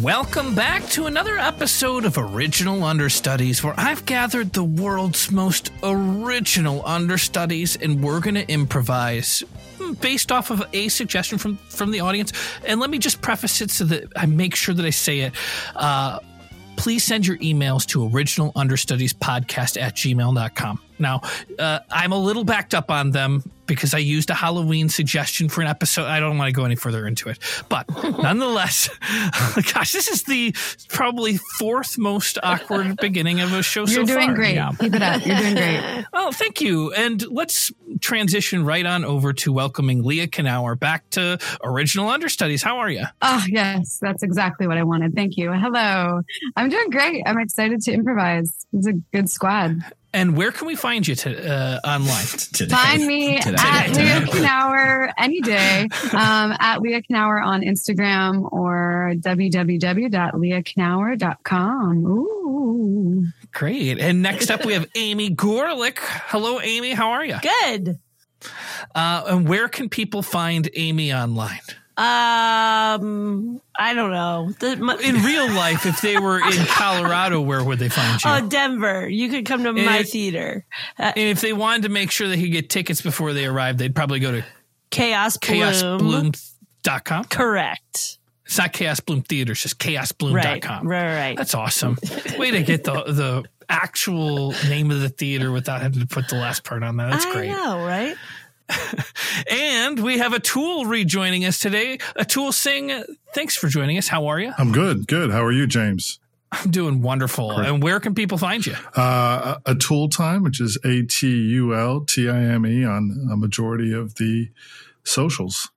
welcome back to another episode of Original Understudies, where I've gathered the world's most original understudies, and we're going to improvise hmm, based off of a suggestion from from the audience. And let me just preface it so that I make sure that I say it. Uh, please send your emails to originalunderstudiespodcast at gmail.com. Now, uh, I'm a little backed up on them because I used a Halloween suggestion for an episode. I don't want to go any further into it. But nonetheless, gosh, this is the probably fourth most awkward beginning of a show You're so doing far. great. Keep it up. You're doing great. Oh, thank you. And let's transition right on over to welcoming Leah Knauer back to Original Understudies. How are you? Oh, yes. That's exactly what I wanted. Thank you. Hello. I'm doing great. I'm excited to improvise. It's a good squad. And where can we find you to, uh, online? Today. Find me Today. at Today. Leah Knauer any day, um, at Leah Knauer on Instagram or www.leahknauer.com. Ooh. Great. And next up, we have Amy Gorlick. Hello, Amy. How are you? Good. Uh, and where can people find Amy online? Um, I don't know. The, my, oh, In real life, if they were in Colorado, where would they find you? oh, Denver, you could come to my It- theater. and if they wanted to make sure they could get tickets before they arrived, they'd probably go to Chaos Bloom. chaosbloom.com. Correct. It's not Chaos Bloom Theater, it's just chaosbloom.com. Right. Right. Right. That's awesome. Way to get the, the actual name of the theater without having to put the last part on there. That's I great. know, right? And we have Atul rejoining us today. Atul Singh, thanks for joining us. How are you? I'm good. Good. How are you, James? I'm doing wonderful. And where can people find you? Uh, a tool time, which is A T U L T I M E on a majority of the socials.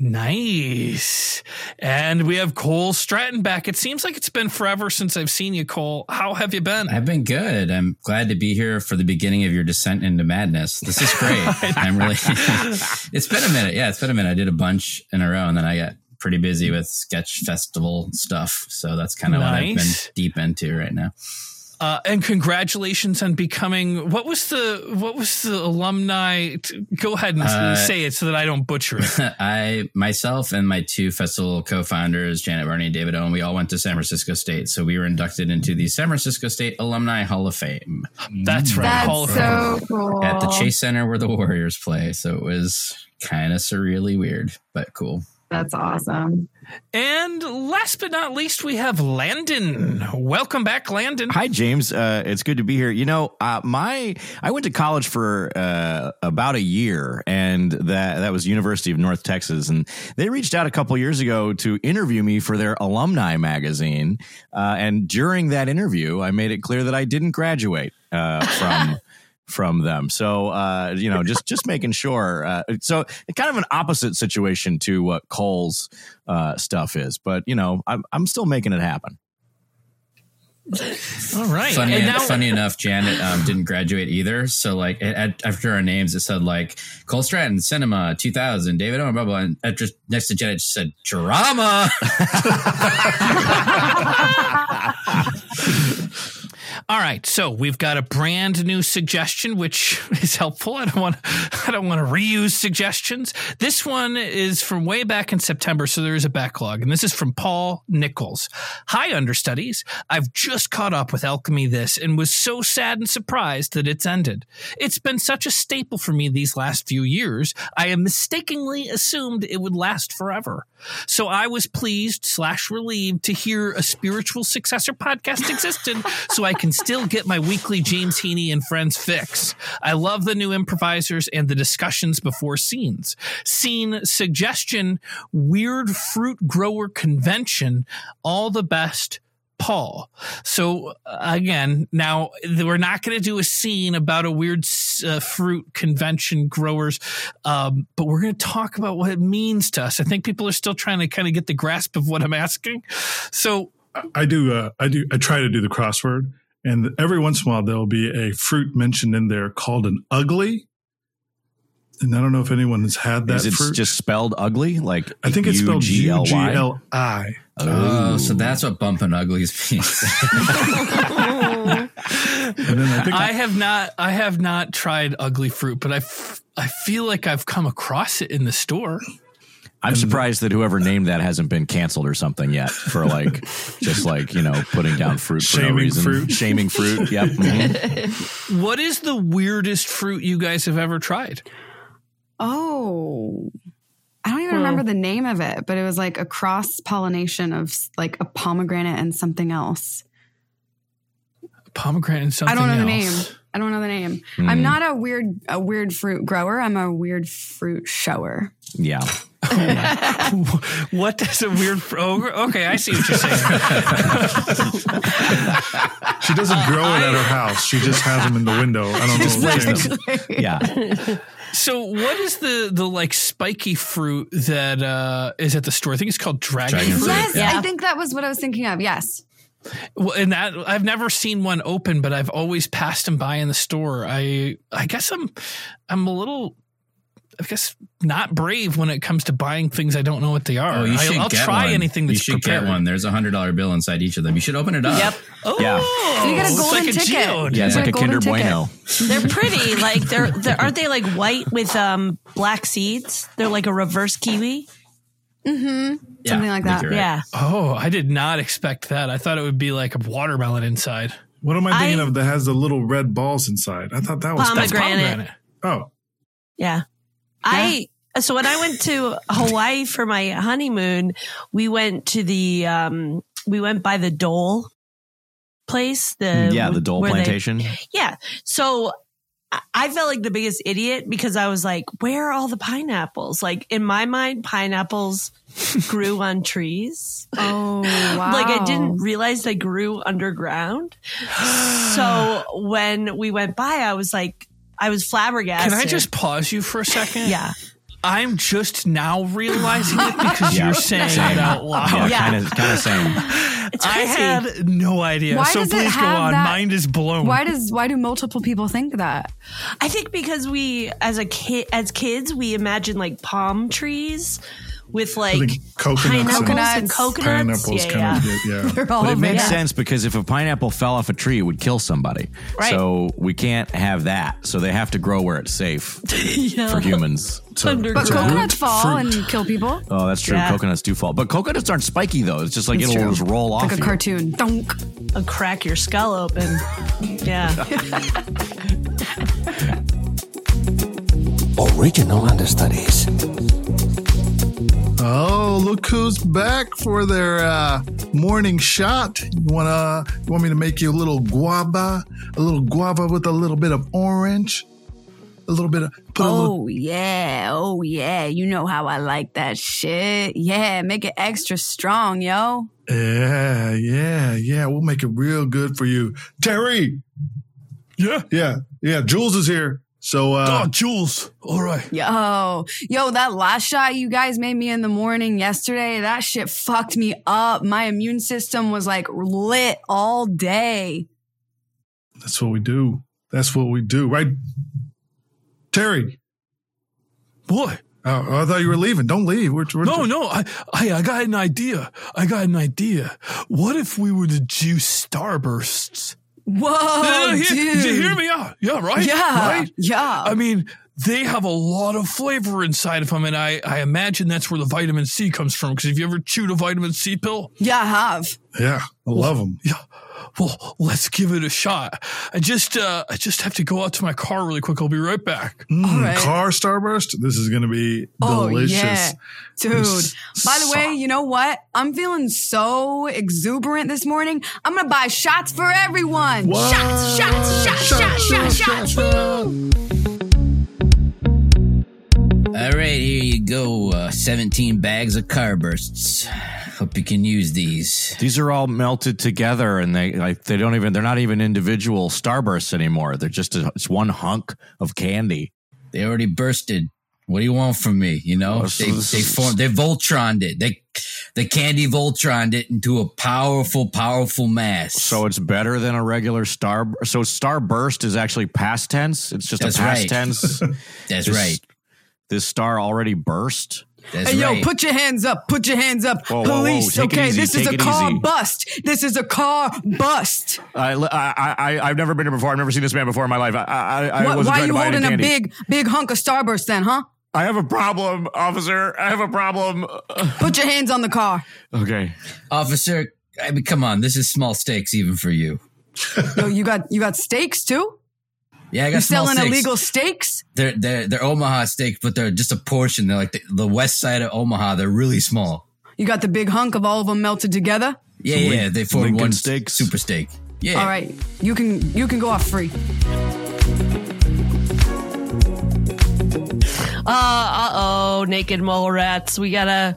Nice. And we have Cole Stratton back. It seems like it's been forever since I've seen you, Cole. How have you been? I've been good. I'm glad to be here for the beginning of your descent into madness. This is great. I'm really. it's been a minute. Yeah, it's been a minute. I did a bunch in a row, and then I got pretty busy with sketch festival stuff. So that's kind of what I've been Nice. deep into right now. Uh, and congratulations on becoming what was the what was the alumni? t- Go ahead and Uh, say it so that I don't butcher it. I myself and my two festival co-founders, Janet Barney and David Owen, we all went to San Francisco State. So we were inducted into the San Francisco State Alumni Hall of Fame That's right. Hall of That's Fame. so cool. at the Chase Center where the Warriors play. So it was kind of surreally weird, but cool. That's awesome. And last but not least, we have Landon. Welcome back, Landon. Hi, James. Uh, it's good to be here. You know, uh, my I went to college for uh, about a year, and that that was University of North Texas, and they reached out a couple years ago to interview me for their alumni magazine. Uh, and during that interview, I made it clear that I didn't graduate uh, from. From them, so uh, you know, just just making sure. Uh, so kind of an opposite situation to what Cole's uh, stuff is, but you know, I'm I'm still making it happen. All right. Funny, and now, funny enough, Janet um, didn't graduate either. So like it, at, after our names, it said like Cole Stratton, Cinema, 2000, David Owen, blah, blah. blah. And at just, next to Janet, it just said drama. All right, so we've got a brand new suggestion, which is helpful. I don't want I don't want to reuse suggestions. This one is from way back in September, so there is a backlog, and this is from Paul Nichols. Hi, understudies. I've just caught up with Alchemy this, and was so sad and surprised that it's ended. It's been such a staple for me these last few years. I have mistakenly assumed it would last forever, so I was pleased slash relieved to hear a spiritual successor podcast existed so I can still get my weekly James Heaney and Friends fix. I love the new improvisers and the discussions before scenes. Scene suggestion, weird fruit grower convention, all the best. Paul. So uh, again, now th- we're not going to do a scene about a weird s- uh, fruit convention growers, um, but we're going to talk about what it means to us. I think people are still trying to kind of get the grasp of what I'm asking. So I- I do. Uh, I do. I try to do the crossword, and every once in a while there'll be a fruit mentioned in there called an ugly. And I don't know if anyone has had that Is it fruit. just spelled ugly? Like I think it's spelled U U-G-L-Y? G L I. Oh, so that's what bumping uglies means. And then I think I have not. I have not tried ugly fruit, but I, f- I feel like I've come across it in the store. I'm And- surprised that whoever named that hasn't been canceled or something yet for like just like you know putting down fruit for Shaming no reason, fruit. shaming fruit. Yep. mhm. What is the weirdest fruit you guys have ever tried? Oh, I don't even Well- remember the name of it, but it was like a cross pollination of s- like a pomegranate and something else. Pomegranate and something I don't know else. the name. I don't know the name. Mm. I'm not a weird a weird fruit grower. I'm a weird fruit shower. Yeah. What does a weird fr- oh, okay? I see what you're saying. She doesn't grow it at her house. She just has them in the window. I don't know. what it is. Yeah. so, what is the the like spiky fruit that uh, is at the store? I think it's called dragon, Dragon fruit, fruit. Yes, yeah. I think that was what I was thinking of. Yes. Well, and that I've never seen one open, but I've always passed them by in the store. I I guess I'm I'm a little. I guess not brave when it comes to buying things I don't know what they are. Oh, you I, should I'll get try one. anything that's You should prepared. get one. There's a hundred dollar bill inside each of them. You should open it up. Yep. Oh, Yeah. You get a it's golden like ticket. geode. Yeah. It's Yeah, like a golden Kinder ticket. Bueno. They're pretty. Like they're, they're aren't they like white with um black seeds? They're like a reverse kiwi. Mm-hmm. Yeah, Something I like think that. you're right. Yeah. Oh, I did not expect that. I thought it would be like a watermelon inside. What am I thinking I- of that has the little red balls inside? I thought that was. Pomegranate. Oh, Yeah. I so when I went to Hawaii for my honeymoon, we went to the um we went by the Dole place. The Mm, yeah. The Dole Um, where they- plantation. yeah. So I- I felt like the biggest idiot because I was like, where are all the pineapples? Like in my mind, pineapples grew on trees. Oh wow. Like I didn't realize they grew underground. so when we went by, I was like, I was flabbergasted. Can I just pause you for a second? Yeah. I'm just now realizing it because Yeah. you're saying Same. it out loud. Yeah. Yeah. Kind of. Kind of same. It's I crazy. had no idea. Why so does it please go have on. that- Mind is blown. Why does why do multiple people think that? I think because we, as a kid, as kids, we imagine like palm trees with like think coconuts pineapples and and coconuts. pineapples yeah, yeah. kind of. Yeah. They're all But it over makes it. sense because if a pineapple fell off a tree, it would kill somebody. Right. So we can't have that. So they have to grow where it's safe for humans. But Underground. coconuts root fall fruit. and kill people. Oh, that's true. Yeah. Coconuts do fall, but coconuts aren't spiky though. It's just like It's it'll true. just roll off. Like a you. cartoon. Thunk. I'll crack your skull open. Yeah. Original understudies. Oh, look who's back for their uh, morning shot. You wanna you want me to make you a little guava, a little guava with a little bit of orange, a little bit of put Uh-huh. a little. Oh, yeah. Oh yeah. You know how I like that shit. Yeah. Make it extra strong, yo. Yeah, yeah, yeah. We'll make it real good for you, Terry. Yeah, yeah, yeah. Jules is here, so uh, Oh, Jules. All right. Yo, yo, that last shot you guys made me in the morning yesterday, that shit fucked me up. My immune system was like lit all day. that's what we do. That's what we do, right? Terry. What? Oh, I thought you were leaving. Don't leave. We're, we're No, no. I, I, I got an idea. I got an idea. What if we were to juice starbursts? Whoa, No, no, hear, dude. hear me out. Yeah, right? Yeah, Right? yeah. I mean, they have a lot of flavor inside of them, and I, I imagine that's where the vitamin C comes from. Because have you ever chewed a vitamin C pill? yeah, I have. Yeah, I love them. Yeah. Well, let's give it a shot. I just uh, I just have to go out to my car really quick. I'll be right back. Mm, right. Car starburst. This is going to be Oh, yeah. delicious. Dude, It's by the way, soft. you know what? I'm feeling so exuberant this morning. I'm going to buy shots for everyone. What? Shots, shots, shots, shots, shots, shots. All right, here you go. Uh, 17 bags of carbursts. Hope you can use these. These are all melted together, and they like they don't even they're not even individual starbursts anymore. They're just a, it's one hunk of candy. They already bursted. What do you want from me? You know, Oh, so they this they is- formed, they Voltroned it. They the candy Voltroned it into a powerful, powerful mass. So it's better than a regular star. So starburst is actually past tense. It's just That's a past right. tense. that's this- right. This star already burst. That's Hey, right. yo, put your hands up. Put your hands up. Whoa, whoa, whoa. Police. Take it Okay, easy, this is take a it car easy. bust. This is a car bust. I, I, I, I've never been here before. I've never seen this man before in my life. I, I, I Why- why are wasn't trying to you buy any holding a candy. big, big hunk of Starburst then, huh? I have a problem, officer. I have a problem. Put your hands on the car. Okay. Officer, I mean, come on. This is small stakes even for you. Yo, you got you got steaks too. Yeah, I got You small selling stakes. illegal steaks? They're, they're, they're Omaha steak, but they're just a portion. They're like the, the west side of Omaha. They're really small. You got the big hunk of all of them melted together. Yeah, So Lin- yeah. They form Lincoln one steaks? super steak. Yeah. All right, you can you can go off free. Uh oh, naked mole rats. We gotta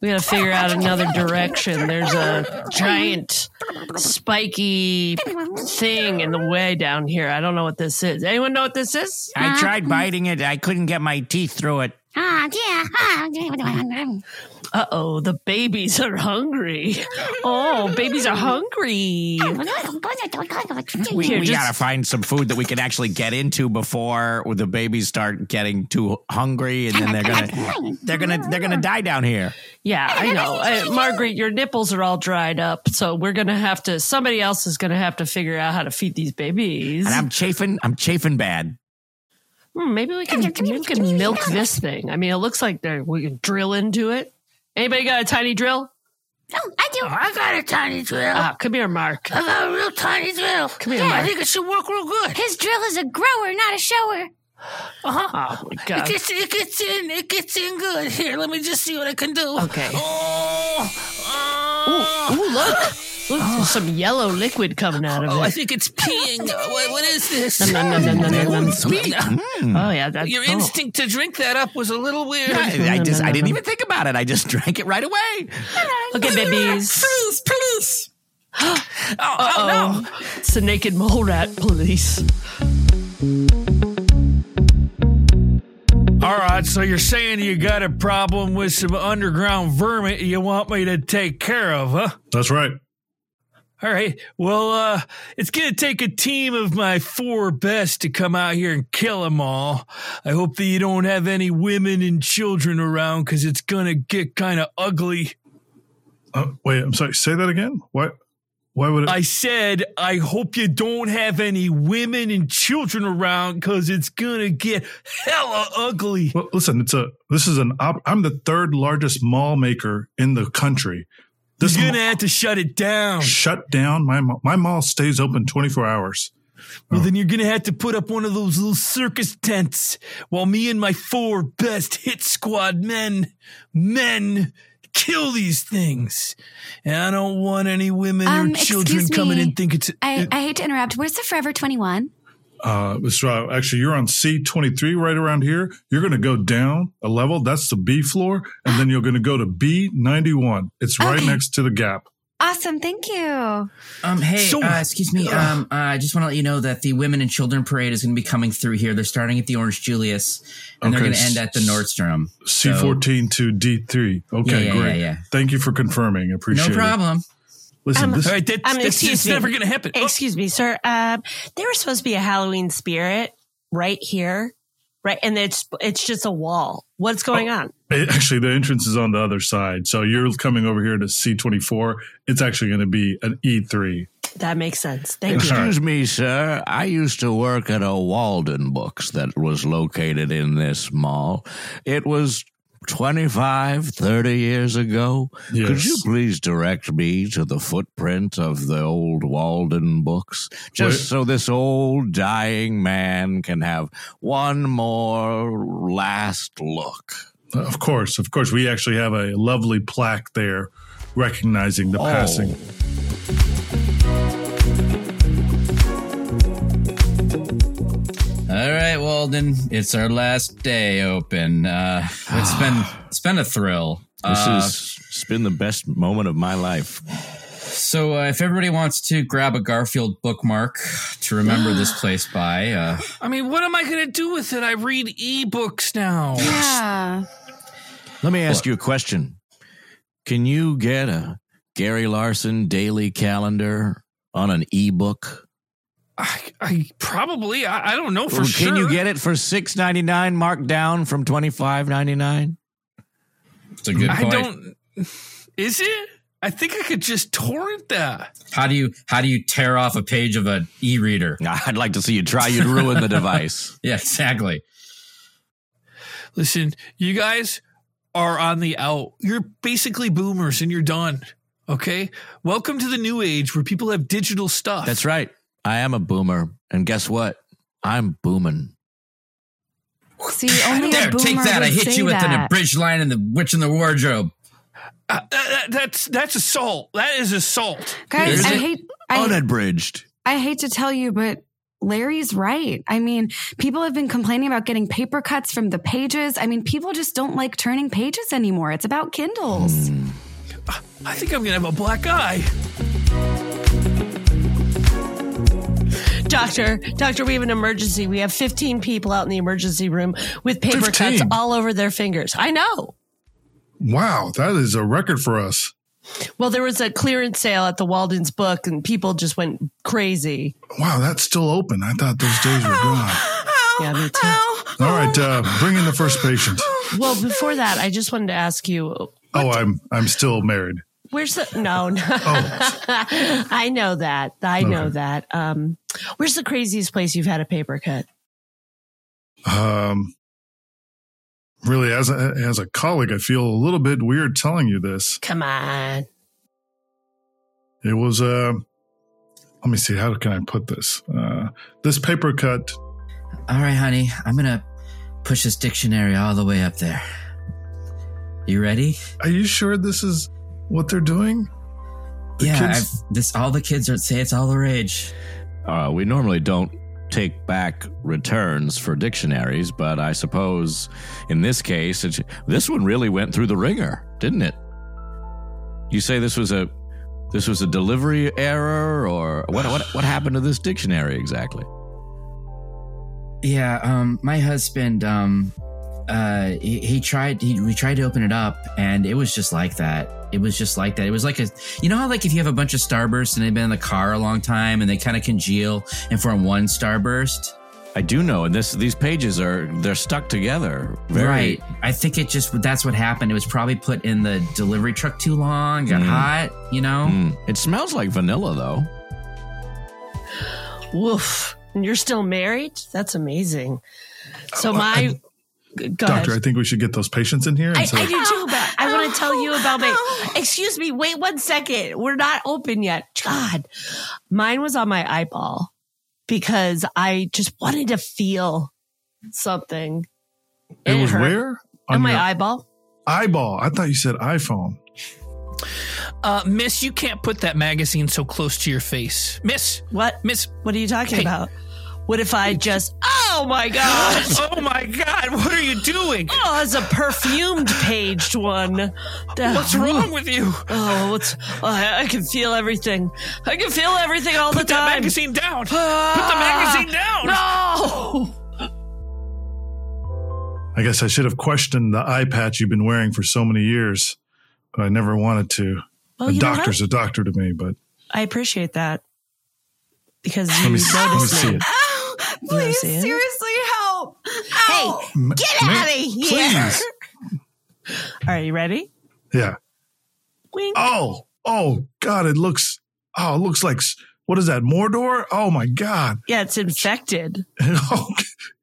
we gotta figure out another direction. There's a giant spiky thing in the way down here. I don't know what this is. Anyone know what this is? I tried biting it. I couldn't get my teeth through it. Ah, yeah. Ah, yeah. Uh oh, the babies are hungry. Oh, babies are hungry. We, Here, we just- gotta find some food that we can actually get into before the babies start getting too hungry, and then they're gonna they're gonna they're gonna die down here. Yeah, I know. Uh, Margaret, your nipples are all dried up, so we're gonna have to. Somebody else is gonna have to figure out how to feed these babies. And I'm chafing. I'm chafing bad. Hmm, maybe we can, we can milk this thing. I mean, it looks like there we can drill into it. Anybody got a tiny drill? No, I do. I got a tiny drill. Ah, come here, Mark. I got a real tiny drill. Come here, Mark. it should work real good. His drill is a grower, not a shower. Oh my god. gets, it gets in. It gets in good. Here, let me just see what I can do. Okay. Oh, Ooh, ooh, look. Look, there's some yellow liquid coming out of I it. think it's peeing. Uh, What, what is this? Nom, nom, nom, nom, nom, nom. Oh yeah, that's Your oh. instinct to drink that up was a little weird. I, I no, just no, I didn't no. even think about it. I just drank it right away. Okay, babies. Police, police. oh, oh, no. Oh, it's the naked mole rat police. All right, so you're saying you got a problem with some underground vermin you want me to take care of, huh? That's right. All right. Well, uh, it's going to take a team of my four best to come out here and kill them all. I hope that you don't have any women and children around because it's going to get kind of ugly. Uh, wait, I'm sorry. Say that again. Why? Why would it? I said, I hope you don't have any women and children around because it's going to get hella ugly. well, listen. It's a. This is an. Op, I'm the third largest mall maker in the country. This You're going to mall- have to shut it down. shut down. My mall- my mall stays open 24 hours. Well, then you're going to have to put up one of those little circus tents while me and my four best hit squad men, men, kill these things. And I don't want any women Um, or children excuse coming me. in think it's. uh, I, I hate to interrupt. Where's the Forever 21? Uh, so uh, actually, you're on C23 right around here. You're going to go down a level. That's the B floor, and then you're going to go to B91. It's right Okay. next to the Gap. Awesome. Thank you. Um, hey, So- uh, excuse me. Um, uh, I just want to let you know that the Women and Children Parade is going to be coming through here. They're starting at the Orange Julius, and Okay, they're going to s- end at the Nordstrom. So- C14 to D3. Okay, Oh. Yeah, yeah, great. yeah, yeah. Thank you for confirming. I Appreciate no problem. it. Listen, Um, this, all right, that, Um, that's excuse just me. never going to happen. Oh, Excuse me, sir. Um, there was supposed to be a Halloween spirit right here, right, and it's it's just a wall. What's going on? it- actually, the entrance is on the other side. So you're coming over here to C24. It's actually going to be an E E3. That makes sense. Thank you. Excuse me, sir. I used to work at a Walden Books that was located in this mall. It was 25, 30 years ago. Could Yes. you please direct me to the footprint of the old Walden Books? Just Wait. so this old dying man can have one more last look. Of course, of course. We actually have a lovely plaque there recognizing Oh. the passing. All right, Walden. It's our last day open. Uh, it's been it's been a thrill. This Uh, has has been the best moment of my life. so uh, if everybody wants to grab a Garfield bookmark to remember this place by, uh, I mean, what am I going to do with it? I read ebooks now. Yeah. Let me ask you a question. Can you get a Gary Larson daily calendar on an ebook? I, I probably, I, I don't know for Or can sure. you get it for six ninety nine marked down from twenty five ninety nine? it's a good I point. don't. Is it? I think I could just torrent that. How do you how do you tear off a page of an e-reader? I'd like to see you try. You'd ruin the device. Yeah, exactly. listen, you guys are on the out. You're basically boomers and you're done. Okay. Welcome to the new age where people have digital stuff. That's right. I am a boomer. And guess what? I'm booming. See, only There, a boomer take that. Would I hit say you with an that. abridged line in the Witch in the Wardrobe. Uh, that- that- that's that's assault. That is assault. Guys, Is I it? hate. Oh, I, Unabridged. I hate to tell you, but Larry's right. I mean, people have been complaining about getting paper cuts from the pages. I mean, people just don't like turning pages anymore. It's about Kindles. Hmm. I think I'm gonna have a black eye. Doctor, doctor, we have an emergency. We have 15 people out in the emergency room with paper 15? cuts all over their fingers. I know. Wow, that is a record for us. Well, there was a clearance sale at the Walden's book and people just went crazy. Wow, that's still open. I thought those days were gone. Yeah, me too. All right, uh, bring in the first patient. Well, before that, I just wanted to ask you Oh, I'm I'm still married. where's the no, no. I know that. I know that. Um where's the craziest place you've had a paper cut? Um, really, as a, as a colleague, I feel a little bit weird telling you this. Come on. It was uh, let me see. How can I put this? Uh, this paper cut. All right, honey, I'm gonna push this dictionary all the way up there. You ready? Are you sure this is what they're doing? The yeah, kids- I've, this all the kids are say it's all the rage. Uh, we normally don't take back returns for dictionaries, but I suppose in this case, it, this one really went through the ringer, didn't it? You say this was a this was a delivery error, or what? What, what happened to this dictionary exactly? Yeah, um, my husband, um, uh, he, he tried. He, we tried to open it up, and it was just like that. It was just like that. It was like a, you know how like if you have a bunch of starbursts and they've been in the car a long time and they kind of congeal and form one starburst. I do know, and this these pages are they're stuck together. Very, Right. I think it just that's what happened. It was probably put in the delivery truck too long, got Mhm. hot, you know. Mm. it smells like vanilla, though. Woof. And you're still married? That's amazing. So my go Oh, Doctor, ahead. I think we should get those patients in here. And I, say, I do too, but I want to tell you about my. Excuse me, wait one second. We're not open yet. God, mine was on my eyeball because I just wanted to feel something. it, was hurt. where on my your eyeball. eyeball. I thought you said iPhone. Uh, miss, you can't put that magazine so close to your face. Miss, What? miss. What are you talking Hey. about? What if I just? Oh my god! Oh my God, what are you doing? Oh, it's a perfumed paged one. What's wrong with you? Oh, what's? Oh, I, I can feel everything. I can feel everything all Put the that time. magazine down. Put the Ah, magazine down. No. I guess I should have questioned the eye patch you've been wearing for so many years, but I never wanted to. Well, a Oh, you know what? doctor's a doctor to me, but I appreciate that because let you me, let me noticed see it. Ow, please, see it? seriously help. Ow. Get out of here! Please. Are you ready? Yeah. Wink. Oh, oh God! It looks. Oh, it looks like s- what is that? Mordor? Oh my God! Yeah, it's infected. Oh,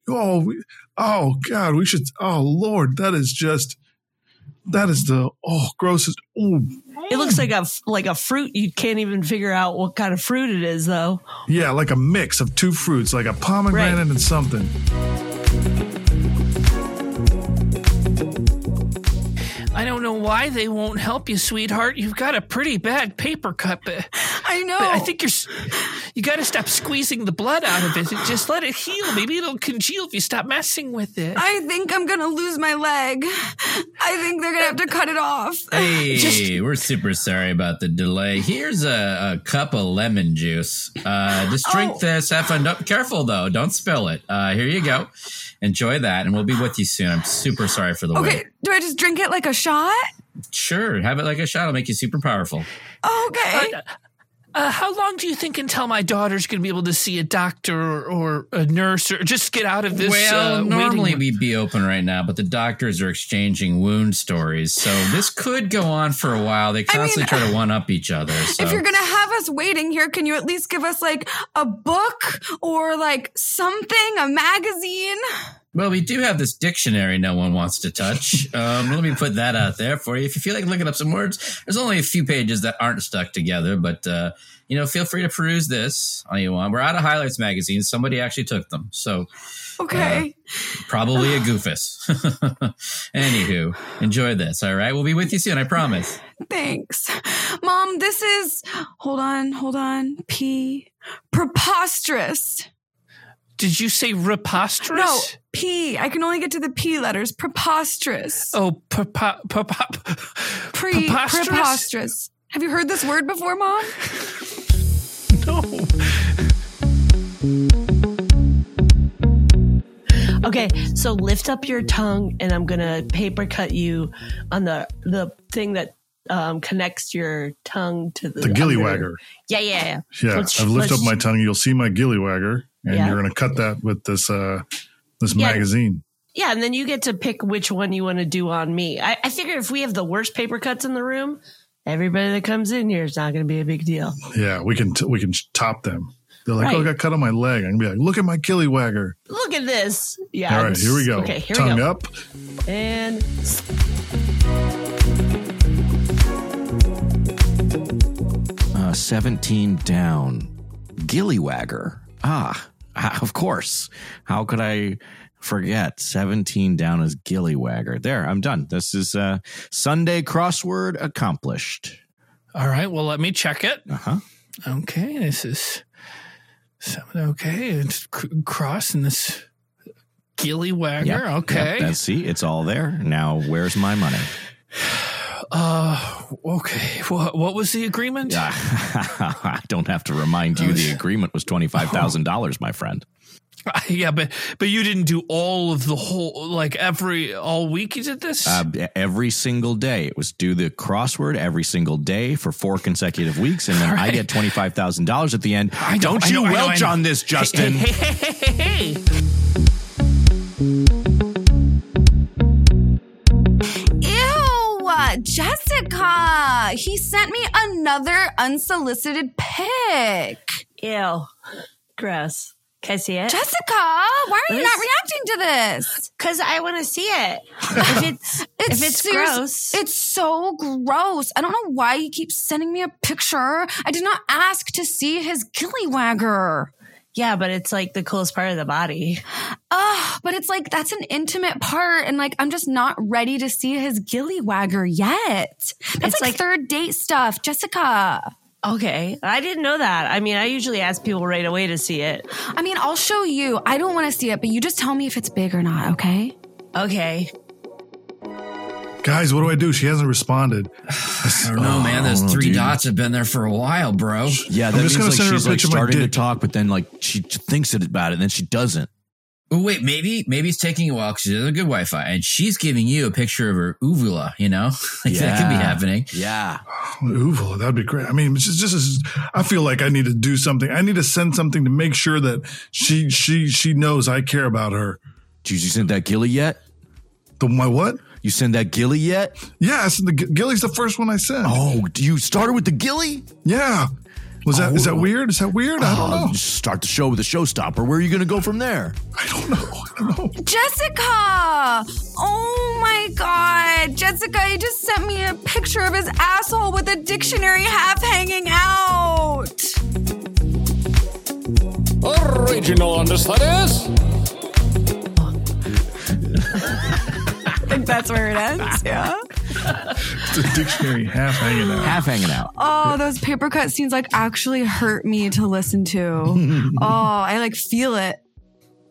oh, we- oh God! We should. Oh Lord, that is just. That is the oh grossest. Oh It looks like a f- like a fruit. You can't even figure out what kind of fruit it is, though. yeah, like a mix of two fruits, like a pomegranate and something. I don't know why they won't help you, sweetheart. You've got a pretty bad paper cut, but I know. Oh. but I think you're s- you got to stop squeezing the blood out of it. Just let it heal. Maybe it'll congeal if you stop messing with it. I think I'm gonna lose my leg. I think they're gonna have to cut it off. Hey, Just- we're super sorry about the delay. Here's a, a cup of lemon juice. Uh, just drink Oh. this. Have fun. Don't, careful though, don't spill it. Uh, here you go. Enjoy that, and we'll be with you soon. I'm super sorry for the Okay, wait. do I just drink it like a shot? Sure, have it like a shot. It'll make you super powerful. Okay. Uh, how long do you think until my daughter's going to be able to see a doctor or, or a nurse or just get out of this? well, uh, normally waiting- we'd be open right now, but the doctors are exchanging wound stories, so this could go on for a while. They constantly try to one up each other. So. If you're gonna have us waiting here, can you at least give us like a book or like something, a magazine? Well, we do have this dictionary no one wants to touch. Um, let me put that out there for you. If you feel like looking up some words, there's only a few pages that aren't stuck together, but uh, you know, feel free to peruse this all you want. We're out of highlights magazine. Somebody actually took them, so Okay. probably a goofus. Anywho, enjoy this. All right, we'll be with you soon. I promise. Thanks. Mom, this is hold on, hold on. P preposterous. Did you say preposterous? No, P. I can only get to the P letters. Preposterous. Oh, prepo- prepo- Pre preposterous? preposterous. Have you heard this word before, Mom? no. Okay, so lift up your tongue, and I'm gonna paper cut you on the the thing that um, connects your tongue to the, The gilly other- wagger. Yeah, yeah, yeah. Yeah, Let's- I've let's- lifted up my tongue. You'll see my gilly wagger, and Yeah. you're going to cut that with this uh this Yeah. magazine. Yeah, and then you get to pick which one you want to do on me. I, I figure if we have the worst paper cuts in the room, everybody that comes in here is not going to be a big deal. Yeah, we can t- we can top them. They're like, Right. "Oh, I got cut on my leg." I'm gonna be like, "Look at my gilly wagger." Look at this. Yeah. All right, this- here we go. Okay, here tongue we go. up. And Uh, 17 down. Gillywagger. Ah, ah, of course. How could I forget? 17 down is Gillywagger. There, I'm done. This is uh, Sunday crossword accomplished. All right. Well, let me check it. Uh huh. Okay, this is something. Okay, it's c- crossing this gilly wagger. okay. Yep, see, it's all there. Now, where's my money? uh, okay. What, what was the agreement? Yeah. I don't have to remind you the agreement was $25,000, my friend. yeah, but but you didn't do all of the whole like every all week. You did this. Uh, every single day. It was do the crossword every single day for four consecutive weeks, and then I get twenty five thousand dollars at the end. I know, Don't I you know, I know, I welch know. on this, Justin? Hey, hey, hey, hey, hey, hey. Ew, Jessica. He sent me another unsolicited pic. ew, gross. Can I see it? Jessica, why are you not This- reacting to this? Because I want to see it. if it's, if it's serious- gross, It's so gross. I don't know why you keep sending me a picture. I did not ask to see his gillywagger. yeah, but it's like the coolest part of the body. Ugh, but it's like that's an intimate part, and like I'm just not ready to see his gillywagger yet. That's It's like, like- third date stuff, Jessica. Okay, I didn't know that. I mean, I usually ask people right away to see it. I mean, I'll show you. I don't want to see it, but you just tell me if it's big or not, okay? Okay, Guys, what do I do? She hasn't responded. I don't know, Oh, man. Those three dots have been there for a while, bro. yeah, that I'm just means gonna like send her a she's like picture of my starting to dick. talk, but then like she thinks it about it, and then she doesn't. Oh, wait, maybe maybe it's taking a while because she doesn't have good Wi-Fi, and she's giving you a picture of her uvula. You know, like that could be Yeah. happening. Yeah, Ooh, that'd be great. I mean, it's just, just is- I feel like I need to do something. I need to send something to make sure that she she she knows I care about her. did you send that gilly yet? The my what? You send that gilly yet? Yeah, I said the G- gilly's the first one I sent. Oh, do you started with the gilly? Yeah. Was that is that weird? Is that weird? I don't Oh, know. start the show with a showstopper. Where are you going to go from there? I don't know. I don't know. Jessica! Oh my god. Jessica, he just sent me a picture of his asshole with a dictionary half hanging out. Original understudies. That's where it ends, yeah? The dictionary half hanging out. Half hanging out. Oh, those paper cut scenes like actually hurt me to listen to. oh, I like feel it.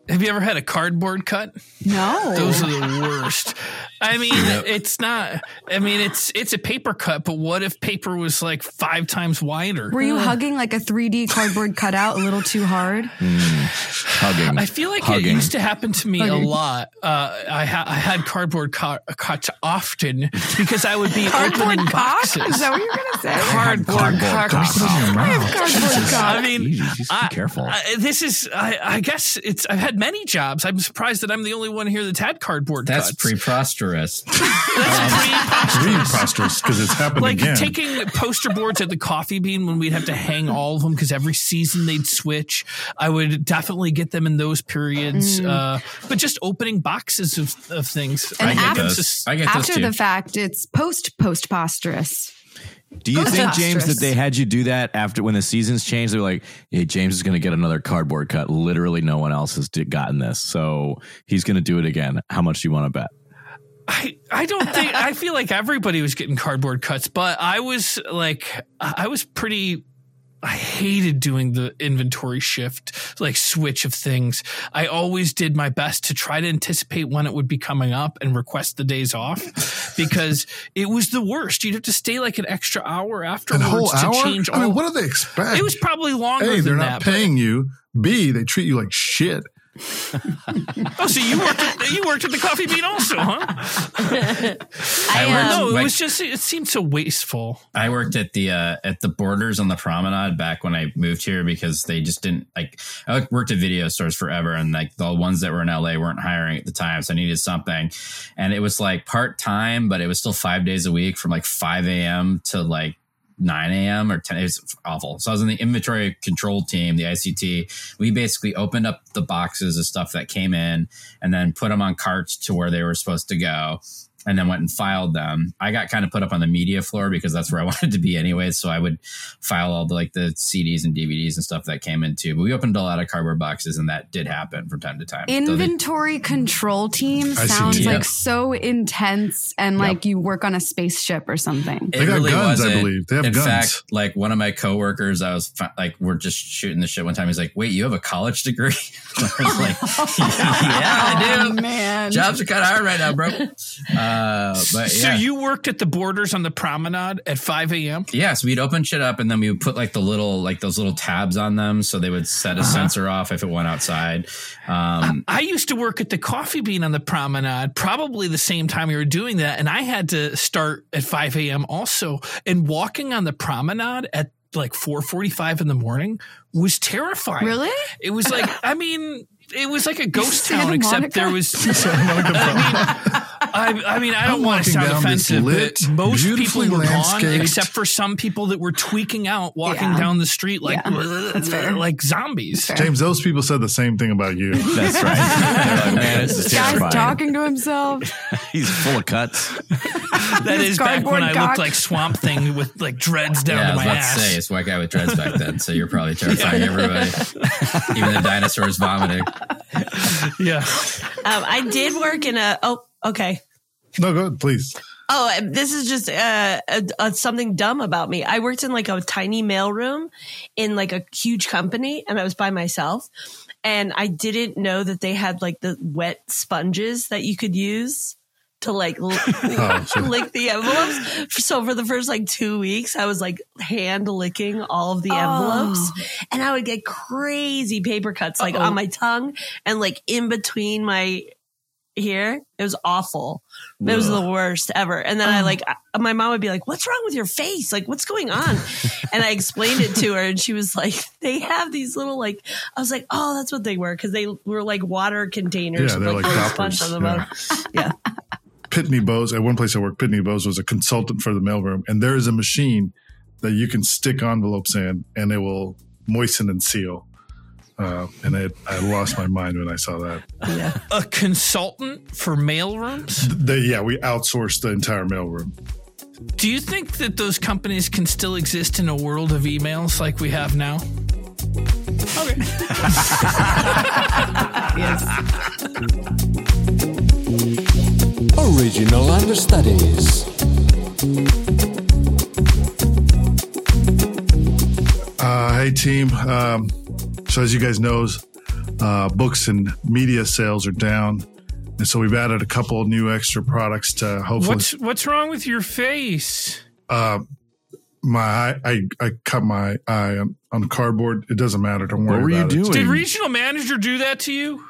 Have you ever had a cardboard cut? No. Those are the worst. I mean, it's not. I mean, it's it's a paper cut, but what if paper was like five times wider? Were you hugging like a 3D cardboard cutout a little too hard? Hugging. I feel like it Hugging. used to happen to me a lot. Uh, I, ha- I had cardboard cut- cuts often because I would be opening boxes. Is that what you're gonna say? cardboard, Cardboard cocks. cock. Cardboard cock. I mean, Jesus, be I- careful. I, this is. I, I guess it's. I've had had many jobs. I'm surprised that I'm the only one here that's had cardboard That's cuts. preposterous. um, That's Really preposterous. preposterous because it's happened Like again. taking poster boards at the coffee bean when we'd have to hang all of them because every season they'd switch. I would definitely get them in those periods. Mm. Uh, but just opening boxes of, of things. And I think after- it's just- I get those After two. the fact, it's post post posterous. Do you think, James, Ghostbusters. that they had you do that after when the seasons changed? They're like, hey, James is going to get another cardboard cut. Literally, no one else has d- gotten this. So he's going to do it again. How much do you want to bet? I, I don't think I feel like everybody was getting cardboard cuts, but I was like I was pretty I hated doing the inventory shift, like switch of things. I always did my best to try to anticipate when it would be coming up and request the days off because it was the worst. You'd have to stay like an extra hour An afterwards whole to hour? change all I mean, what do they expect? it was probably longer A, they're than not that. paying you. B, they treat you like shit. oh, so you worked at, you worked at the coffee bean also, huh? I, I uh, learned- No, um, it Like- was just it seemed so wasteful. I worked at the uh, at the Borders on the Promenade back when I moved here because they just didn't like. I worked at video stores forever, and like the ones that were in LA weren't hiring at the time, so I needed something, and it was like part time, but it was still five days a week from like five a.m. to like. 9 a.m. or 10 it was awful. So I was in the inventory control team, the ICT. We basically opened up the boxes of stuff that came in and then put them on carts to where they were supposed to go and then went and filed them. I got kind of put up on the media floor because that's where I wanted to be anyway. So I would file all the like the CDs and DVDs and stuff that came in too. But we opened a lot of cardboard boxes and that did happen from time to time. Though they- Inventory control team I see. sounds Yeah. like so intense and like you work on a spaceship or something. They got guns, I believe. They have in guns. fact, like one of my coworkers, I was fi- like, we're just shooting the shit one time. He's like, "Wait, you have a college degree?" I was like, "Yeah, I do." man. Jobs are kind of hard right now, bro. Uh, but So yeah. you worked at the borders on the promenade at 5 a.m. Yeah, so we'd open shit up and then we would put like the little like those little tabs on them so they would set a Uh-huh. sensor off if it went outside. Um, I used to work at the coffee bean on the promenade, probably the same time you were doing that. And I had to start at 5 a.m. also. And walking on the promenade at like 4.45 in the morning was terrifying. Really? It was like, I mean, it was like a ghost Santa town, except Monica? there was... I, I mean, I don't want to walking sound down this offensive, lit, but most people beautifully were gone, landscaped- except for some people that were tweaking out walking Yeah. down the street like fair. like zombies. fair. James, those people said the same thing about you. That's right. They're like, Man, this is This guy's terrifying. talking to himself. He's full of cuts. That His is back when cardboard I cock. looked like Swamp Thing with like dreads down yeah, I to was my about ass. to say it's white guy with dreads back then, so you're probably terrifying everybody. Even the dinosaurs vomiting. Yeah. um, I did work in a. Oh, okay. No, go ahead, please. Oh, and this is just uh, a, a, something dumb about me. I worked in like a tiny mailroom in like a huge company, and I was by myself. And I didn't know that they had like the wet sponges that you could use to like l- Oh, lick the envelopes. So for the first like two weeks, I was like hand licking all of the envelopes, and I would get crazy paper cuts like on my tongue and like in between my here. It was awful. It was the worst ever. And then I like, I- my mom would be like, What's wrong with your face? Like, what's going on? and I explained it to her, and she was like, They have these little, like, I was like, Oh, that's what they were. Cause they were like water containers. Yeah, with, they're like little droppers. "Oh, sponge on the Yeah. bottom. yeah. Pitney Bowes, at one place I worked, Pitney Bowes was a consultant for the mailroom, and there is a machine that you can stick envelopes in and it will moisten and seal. Uh, and I, I lost my mind when I saw that. A consultant for mailrooms? They, yeah, we outsourced the entire mailroom. Do you think that those companies can still exist in a world of emails like we have now? Original understudies. Uh, hey, team. Um, so, as you guys knows, uh, books and media sales are down. And so, we've added a couple of new extra products to hopefully. What's what's wrong with your face? my eye, I, I cut my eye on, on cardboard. It doesn't matter. Don't worry What were you about it. doing? Did regional manager do that to you?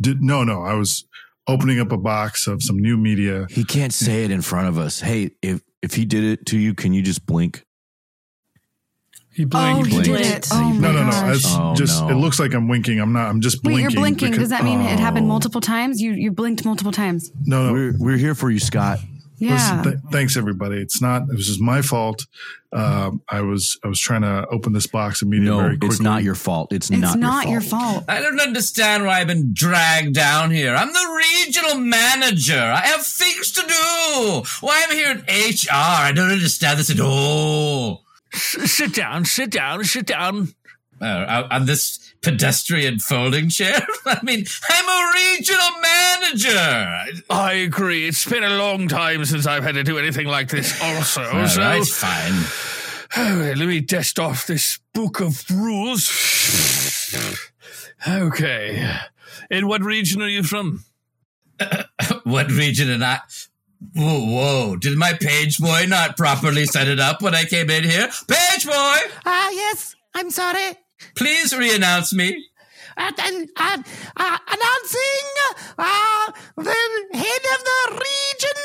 Did, no, no. I was opening up a box of some new media. he can't say it in front of us. Hey, if if he did it to you, can you just blink? He blinked. he did blinked. it. Oh No, my no, no. gosh. It's Oh, just no. it looks like I'm winking. I'm not. I'm just Wait, blinking. you're blinking. because- Does that mean it happened Oh. multiple times? You you blinked multiple times. No, no. We're, we're here for you, Scott. Yeah. Listen, th- thanks everybody. It's not. It was just my fault. Um, I was I was trying to open this box and meet it No, very quickly. it's not your fault. It's, it's not, not your your fault. fault. I don't understand why I've been dragged down here. I'm the regional manager. I have things to do. Why am I here in HR? I don't understand this at all. sit down, sit down, sit down. Uh, I- on this pedestrian folding chair? I mean, I'm a regional manager. I agree. It's been a long time since I've had to do anything like this, also. All so, right, fine. let me dust off this book of rules. okay. In what region are you from? What region and I? Whoa, whoa. Did my page boy not properly set it up when I came in here? Page boy, Ah, yes. I'm sorry. please re-announce me. Uh, and, uh, uh, announcing uh, the head of the region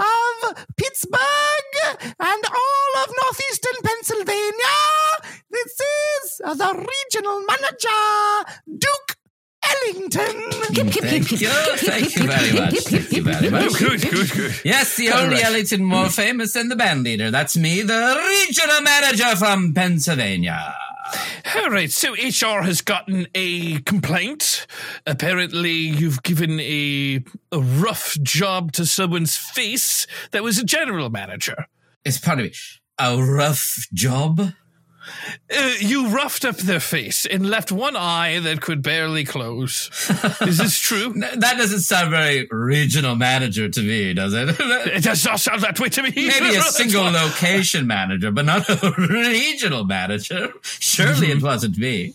of Pittsburgh and all of northeastern Pennsylvania. This is the regional manager, Duke Ellington. Thank you. Thank you very much. Thank you very much. Good, good, good. Yes, the only right. Ellington more famous than the band leader. That's me, the regional manager from Pennsylvania. All right, so HR has gotten a complaint. Apparently, you've given a, a rough job to someone's face that was a general manager. It's part of me. A rough job. Uh, you roughed up their face and left one eye that could barely close. Is this true? N- That doesn't sound very regional manager to me, does it? It does not sound that way to me. Maybe a single location manager, but not a regional manager. Surely it wasn't me.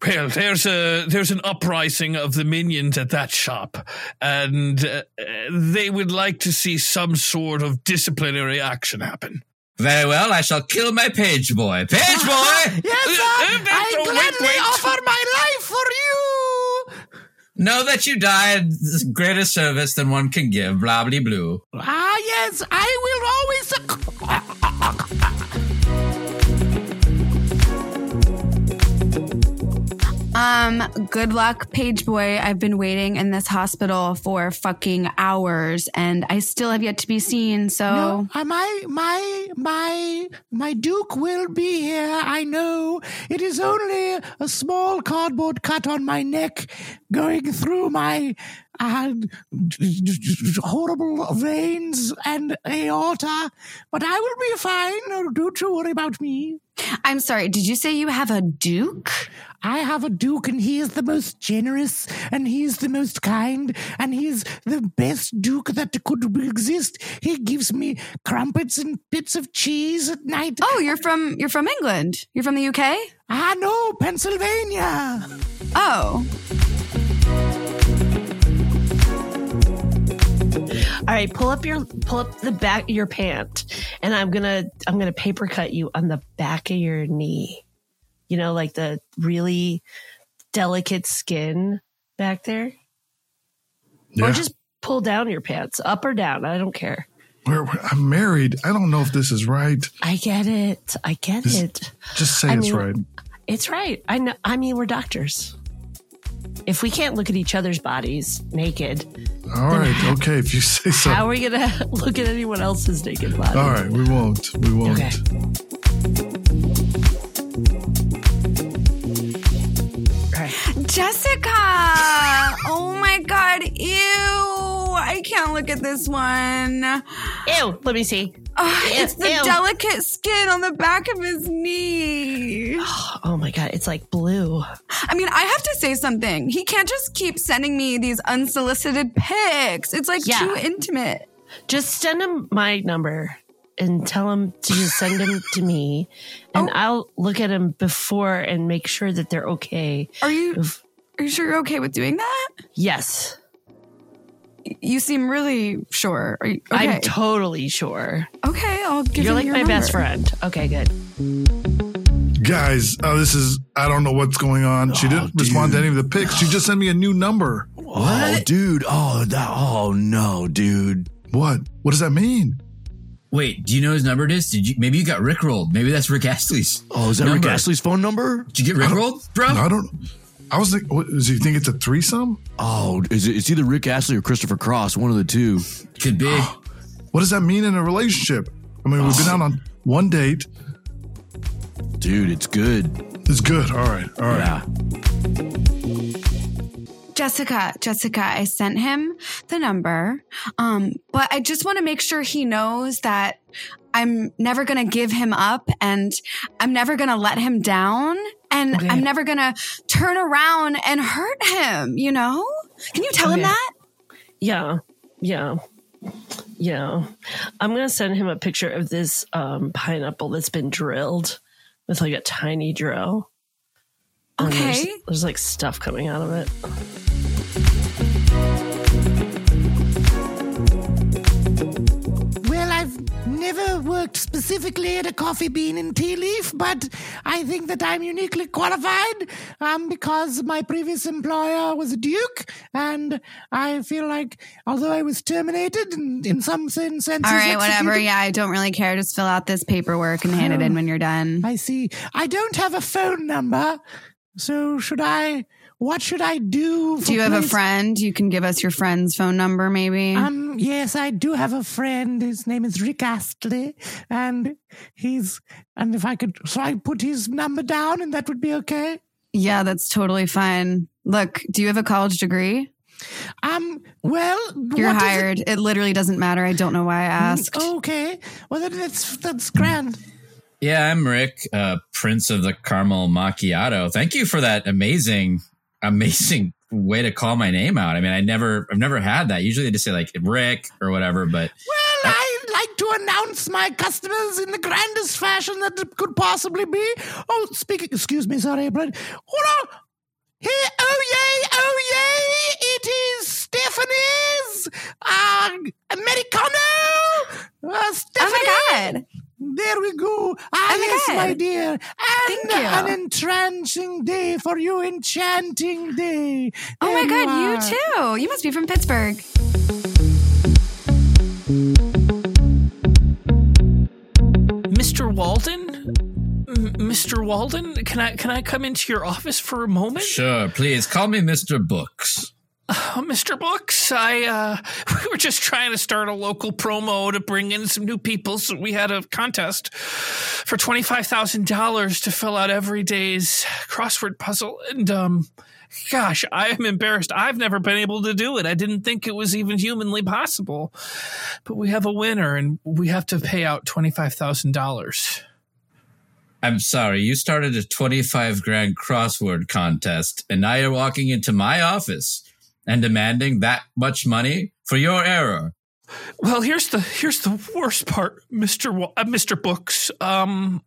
Well, there's a there's an uprising of the minions at that shop, and uh, uh, they would like to see some sort of disciplinary action happen. Very well, I shall kill my page boy. Page boy! Yes, Uh, sir. uh, I wait, gladly wait. offer my life for you. know that you died is greater service than one can give. Blah, blah, blue. Ah, yes, I will always. Um, good luck, page boy. I've been waiting in this hospital for fucking hours and I still have yet to be seen. So No, uh, my my my my Duke will be here. I know it is only a small cardboard cut on my neck, going through my uh, horrible veins and aorta, but I will be fine. Oh, Don't you worry about me. I'm sorry. Did you say you have a duke? I have a Duke, and he is the most generous, and he is the most kind, and he is the best Duke that could exist. He gives me crumpets and bits of cheese at night. Oh, you're from you're from England. You're from the UK? Ah, no, Pennsylvania. Oh. All right, pull up your pull up the back your pant, and I'm gonna I'm gonna paper cut you on the back of your knee. You know, like the really delicate skin back there, Yeah. or just pull down your pants, up or down. I don't care. Where- where- I'm married. I don't know if this is right. I get it. I get Just- it. Just say I it's mean- right. It's right. I know. I mean, we're doctors. If we can't look at each other's bodies naked, All right. Okay. If you say so. how are we gonna look at anyone else's naked body? All right. We won't. We won't. Okay. Jessica! oh my god, ew. I can't look at this one. Ew. Let me see. Oh, it's the ew. delicate skin on the back of his knee. Oh my god, it's like blue. I mean, I have to say something. He can't just keep sending me these unsolicited pics. It's like Yeah. too intimate. Just send him my number and tell him to just send him to me, and Oh. I'll look at him before and make sure that they're okay. Are you If- are you sure you're okay with doing that? Yes, Y- You seem really sure. Are you, okay. I'm totally sure. okay, I'll give You're him like your my best number. friend. Okay, good. Guys, oh, this is. I don't know what's going on. She didn't respond to any of the pics. She just sent me a new number. Oh, dude. Oh, that, oh no, dude. What? What does that mean? Wait, do you know his number? It is. Did you? Maybe you got rickrolled. Maybe that's Rick Astley's. Oh, is that number. Rick Astley's phone number? Did you get rickrolled, bro? I don't. I was like, what, does he think it's a threesome? Oh, is it, it's either Rick Astley or Christopher Cross, one of the two. Could be. What does that mean in a relationship? I mean, we've been out on one date. Dude, it's good. It's good. All right. All right. Yeah. Jessica, Jessica, I sent him the number. Um, but I just want to make sure he knows that I'm never going to give him up and I'm never going to let him down and Okay. I'm never going to turn around and hurt him, you know? Can you tell him Okay. that? Yeah, yeah, yeah. I'm gonna send him a picture of this um, pineapple that's been drilled with like a tiny drill. And there's- Okay. There's, like stuff coming out of it. Well, I've never worked specifically at a coffee bean and tea leaf, but I think that I'm uniquely qualified um, because my previous employer was a duke, and I feel like although I was terminated and in some sen- senses, All right, whatever. executed, Yeah, I don't really care. Just fill out this paperwork and hand it in when you're done. Oh. I see. I don't have a phone number, so should I? What should I do? For Do you have a place- friend? You can give us your friend's phone number, maybe. Um, yes, I do have a friend. His name is Rick Astley, and he's and if I could, so I put his number down, and that would be okay. yeah, that's totally fine. Look, do you have a college degree? Um, well, You're what does it- Mm, oh, hired. It? literally doesn't matter. I don't know why I asked. Okay, well then that's that's grand. Yeah, I'm Rick, uh, Prince of the Caramel Macchiato. Thank you for that amazing, amazing way to call my name out. I mean, I never, I've never had that. Usually, they just say like Rick or whatever. But Well, I like to announce my customers in the grandest fashion that it could possibly be. Oh, speaking, excuse me, sorry, but hold on. Here, oh yay, oh yay! It is Stephanie's uh, Americano. Uh, Oh Stephanie. my god. There we go. Ah, Oh my yes, God. my dear. And Thank you. an entrancing day for you, enchanting day. uh, Oh my There god, you are. too. You must be from Pittsburgh. Mr. Walden? M- Mr. Walden, can I can I come into your office for a moment? sure, please call me Mr. Books. Oh, Mr. Books, I uh, we were just trying to start a local promo to bring in some new people, so we had a contest for twenty five thousand dollars to fill out every day's crossword puzzle, and um, gosh, I am embarrassed. I've never been able to do it. I didn't think it was even humanly possible, but we have a winner, and we have to pay out twenty five thousand dollars. I'm sorry, you started a 25 grand crossword contest, and now you're walking into my office and demanding that much money for your error. Well, here's the here's the worst part, Mister Wa- uh, Mister Books. Um,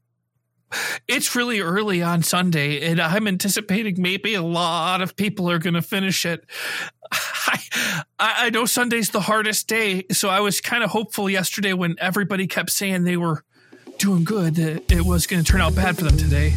it's really early on Sunday, and I'm anticipating maybe a lot of people are going to finish it. I, I I know Sunday's the hardest day, so I was kind of hopeful yesterday when everybody kept saying they were doing good that it was going to turn out bad for them today.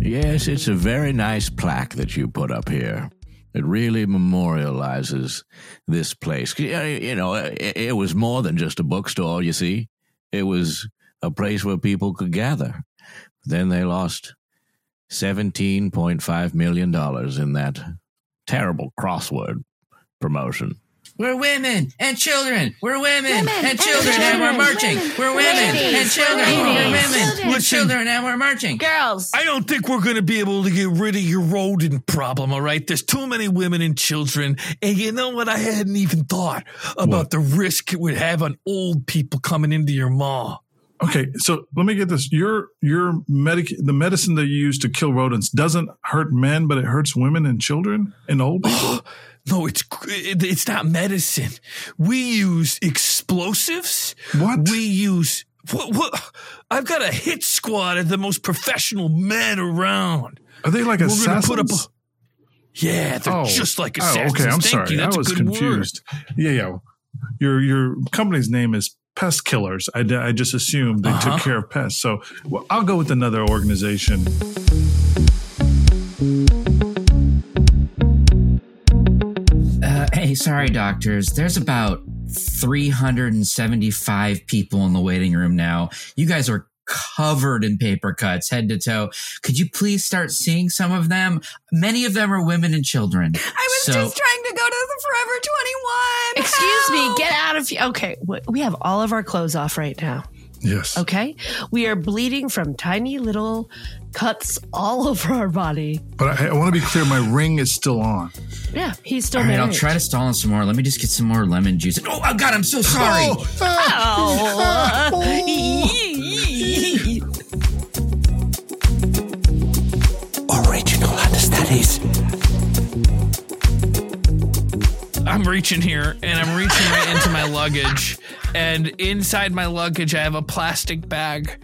Yes, it's a very nice plaque that you put up here. It really memorializes this place. Yeah, You know, uh, it, it was more than just a bookstore, you see. It was a place where people could gather. Then they lost $17.5 million in that terrible crossword promotion. We're women and children. We're women, and children, and we're marching. We're women and children. ladies. We're women and children, and we're marching. Girls. I don't think we're going to be able to get rid of your rodent problem, all right? There's too many women and children. And you know what? I hadn't even thought about the risk it would have on old people coming into your mall. Okay, so let me get this. Your your medic the medicine that you use to kill rodents doesn't hurt men, but it hurts women and children and old people. No, it's it's not medicine. We use explosives. What? We use what? What? I've got a hit squad of the most professional men around. Are they like We're gonna assassins? put up. A, yeah, they're just like assassins. Oh. okay. I'm Thank sorry. You. That's I was a good word. confused. Yeah, yeah. Your your company's name is Pest Killers. I, d- I just assumed they Uh-huh. took care of pests. So well, I'll go with another organization. Uh, sorry, doctors. There's about 375 people in the waiting room now. You guys are covered in paper cuts, head to toe. Could you please start seeing some of them? Many of them are women and children. I was just trying to go to the Forever 21. Excuse me, Help! get out of here. Okay, w- we have all of our clothes off right now. Yes. Okay, we are bleeding from tiny little cuts all over our body. But I, I want to be clear. My ring is still on. Yeah, he's still All right, married. I'll try to stall on some more. Let me just get some more lemon juice. Oh, oh God, I'm so sorry. Oh. Original understudies. I'm reaching here and I'm reaching right into my luggage. And inside my luggage, I have a plastic bag.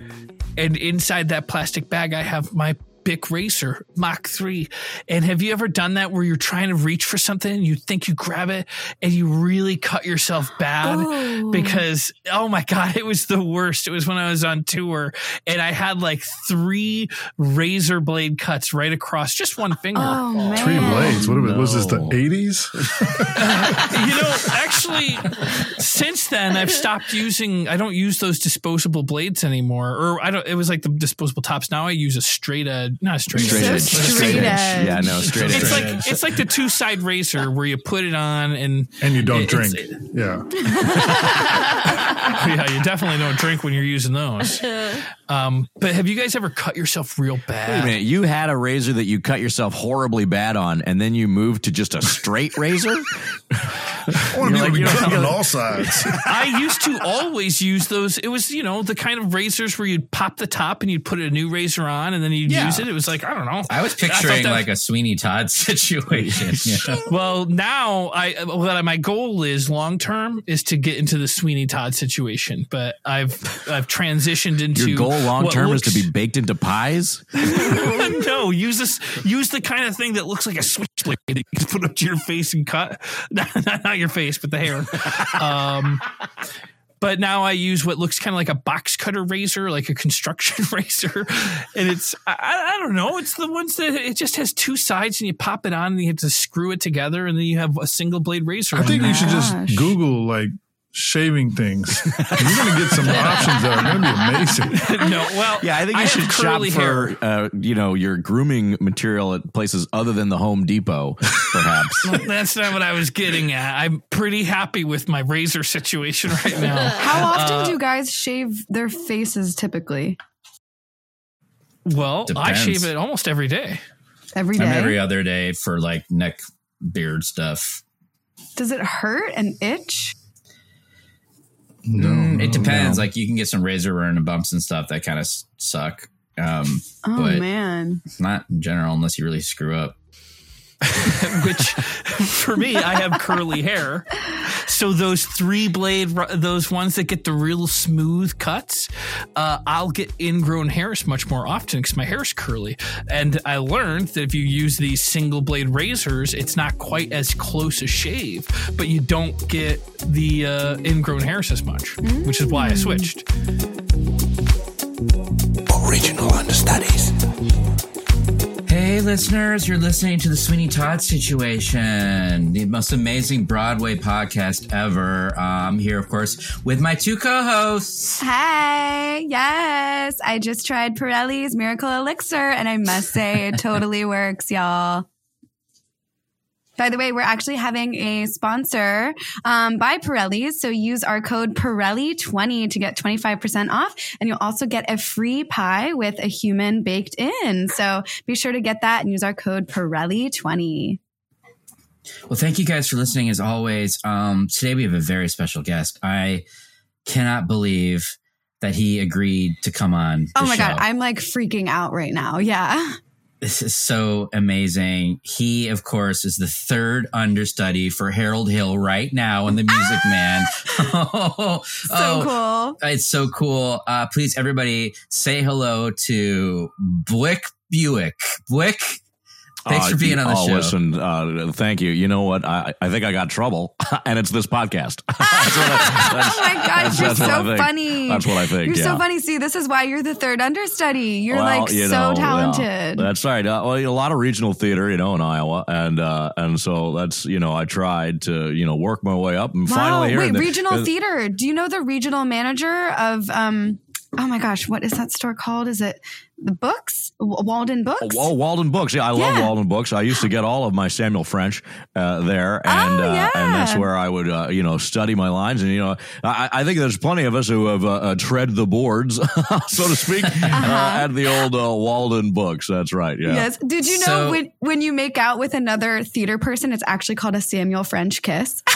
And inside that plastic bag, I have my Bic Racer Mach 3. And have you ever done that where you're trying to reach for something and you think you grab it and you really cut yourself bad? Because, oh my God, it was the worst. It was when I was on tour and I had like three razor blade cuts right across just one finger. Oh, man. Three blades. What was this? The No. 80s? you know, actually, since then I've stopped using. I don't use those disposable blades anymore. Or I don't. It was like the disposable tops. Now I use a straight edge, not a straight, Straight edge. edge. Straight edge. Yeah, no, straight edge. It's like it's like the two side razor where you put it on and And you don't It's- drink. Yeah. yeah, you definitely don't drink when you're using those. Um, but have you guys ever cut yourself real Wait a bad? minute, you had a razor that you cut yourself horribly bad on, and then you moved to just a straight razor? I want to be able You're to like, be you cut know, on all sides. I used to always use those. It was you know the kind of razors where you'd pop the top and you'd put a new razor on and then you'd Yeah. use it. It was like I don't know. I was thought picturing that- like a Sweeney Todd situation. you know? Well, now I well, my goal is long term is to get into the Sweeney Todd situation, but I've I've transitioned into Your goal long what term is looks- to be baked into pies? no use this use the kind of thing that looks like a switchblade that you can put up to your face and cut not, not, not your face but the hair. Um, but now I use what looks kind of like a box cutter razor, like a construction razor, and it's I- I, I don't know. It's the ones that it just has two sides and you pop it on and you have to screw it together and then you have a single blade razor. I think you should just Gosh. Google like shaving things. You're going to get some options that are going to be amazing. no, well, Yeah, I think you have should shop curly hair. for uh, you know your grooming material at places other than the Home Depot, perhaps. That's not what I was getting at. I'm pretty happy with my razor situation right now. How often Uh, do guys shave their faces typically? Well, I Depends. shave it almost every day. Every day? I'm every other day for like neck beard stuff. Does it hurt and itch? Mm, it depends. Like you can get some razor burn and bumps and stuff that kind of suck. Um, Oh, but man. not in general unless you really screw up. which for me I have curly hair. So those three blade those ones that get the real smooth cuts, uh, I'll get ingrown hairs much more often cuz my hair's curly. And I learned that if you use these single blade razors, it's not quite as close a shave, but you don't get the uh, ingrown hairs as much, which is why I switched. Original understudies. Hey, listeners, you're listening to the Sweeney Todd situation, the most amazing Broadway podcast ever. Uh, I'm here, of course, with my two co hosts. Hey, yes. I just tried Pirelli's Miracle Elixir, and I must say it totally works, y'all. By the way, we're actually having a sponsor um, by Pirelli's. So use our code Pirelli20 to get 25% off. And you'll also get a free pie with a human baked in. So be sure to get that and use our code Pirelli20. Well, thank you guys for listening as always. Um, today we have a very special guest. I cannot believe that he agreed to come on. Oh the my God. show. I'm like freaking out right now. Yeah. This is so amazing. He, of course, is the third understudy for Harold Hill right now in The Music Man. Oh, So Ah! cool. It's so cool. Uh, please, everybody, say hello to Blick Buick. Blick, thanks Uh, for being on the oh, show. Listen, uh, thank you. You know what? I, I think I got trouble, and it's this podcast. That's what I- that's- Oh my gosh, that's- you're that's so what I think. funny. That's what I think. You're yeah. so funny. See, this is why you're the third understudy. You're Well, like you so know, yeah. talented. that's right. Uh, well, you know, a lot of regional theater, you know, in Iowa, and uh, and so that's you know, I tried to you know work my way up, and finally here. wait, in the- regional uh, theater. Do you know the regional manager of um oh my gosh, what is that store called? Is it the books? W- Walden Books? Oh, Walden Books. Yeah, I love Yeah. Walden Books. I used to get all of my Samuel French uh, there, and Oh, uh, and that's yeah. where I would uh, you know study my lines. And you know, I, I think there's plenty of us who have uh, uh, tread the boards, so to speak, uh, at the old uh, Walden Books. That's right. Yeah. Uh-huh. Yes. Did you know So- when when you make out with another theater person, it's actually called a Samuel French kiss?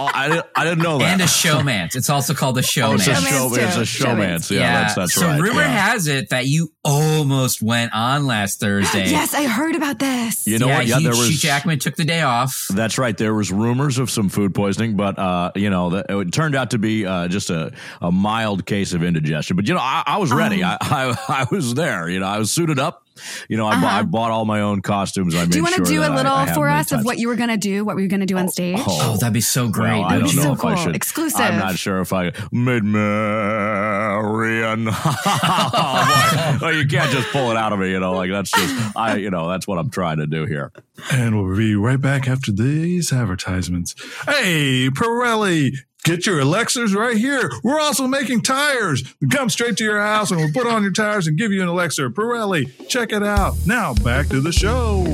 Oh, I, didn't, I didn't know that. and a showmance. It's also called a Oh, it's showmance. a Showmance show. too. It's a Showmance. showmance. Yeah, that's that's so right. rumor yeah. has it that you almost went on last Thursday. yes, I heard about this. you know yeah, what? Yeah, he- there Hugh was. Jackman took the day off. That's right. There was rumors of some food poisoning, but uh, you know, that it turned out to be uh, just a, a mild case of indigestion. But you know, I, I was ready. Oh. I, I I was there. You know, I was suited up. You know, I, bu- I bought all my own costumes. I made Uh-huh. do you want sure to do that a I- little I have for many us times. of what you were going to do, what we were going to do on stage? Oh, that'd be so great. Well, I don't That'd be know so if I cool. should. Exclusive. I'm not sure if I mid Marian. oh, boy. Well, you can't just pull it out of me. You know, like that's just I. You know, that's what I'm trying to do here. And we'll be right back after these advertisements. Hey, Pirelli, get your Alexas right here. We're also making tires. Come straight to your house and we'll put on your tires and give you an Alexa. Pirelli, check it out. Now back to the show.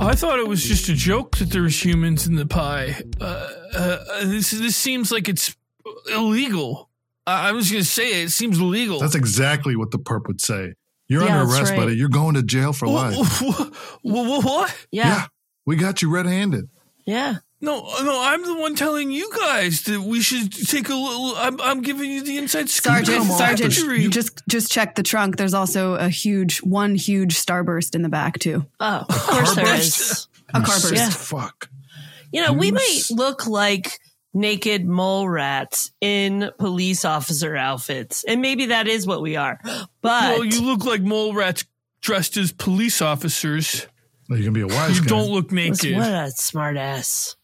I thought it was just a joke that there's humans in the pie. Uh, uh, this this seems like it's illegal. I, I was going to say it seems legal. That's exactly what the perp would say. You're Yeah, under that's arrest, right. buddy. You're going to jail for life. what, what, what? Yeah. we got you red handed. Yeah. No, no, I'm the one telling you guys that we should take a little. I'm, I'm giving you the inside scoop. Sergeant, Come on, Sergeant, Victory. you just just check the trunk. There's also a huge one huge starburst in the back too. Oh, of course there is. A car burst. Yeah. Fuck. You know, we might Yes. look like naked mole rats in police officer outfits, and maybe that is what we are. But well, you look like mole rats dressed as police officers. Now you can be a wise You guy. don't look That's- naked. what a smart ass.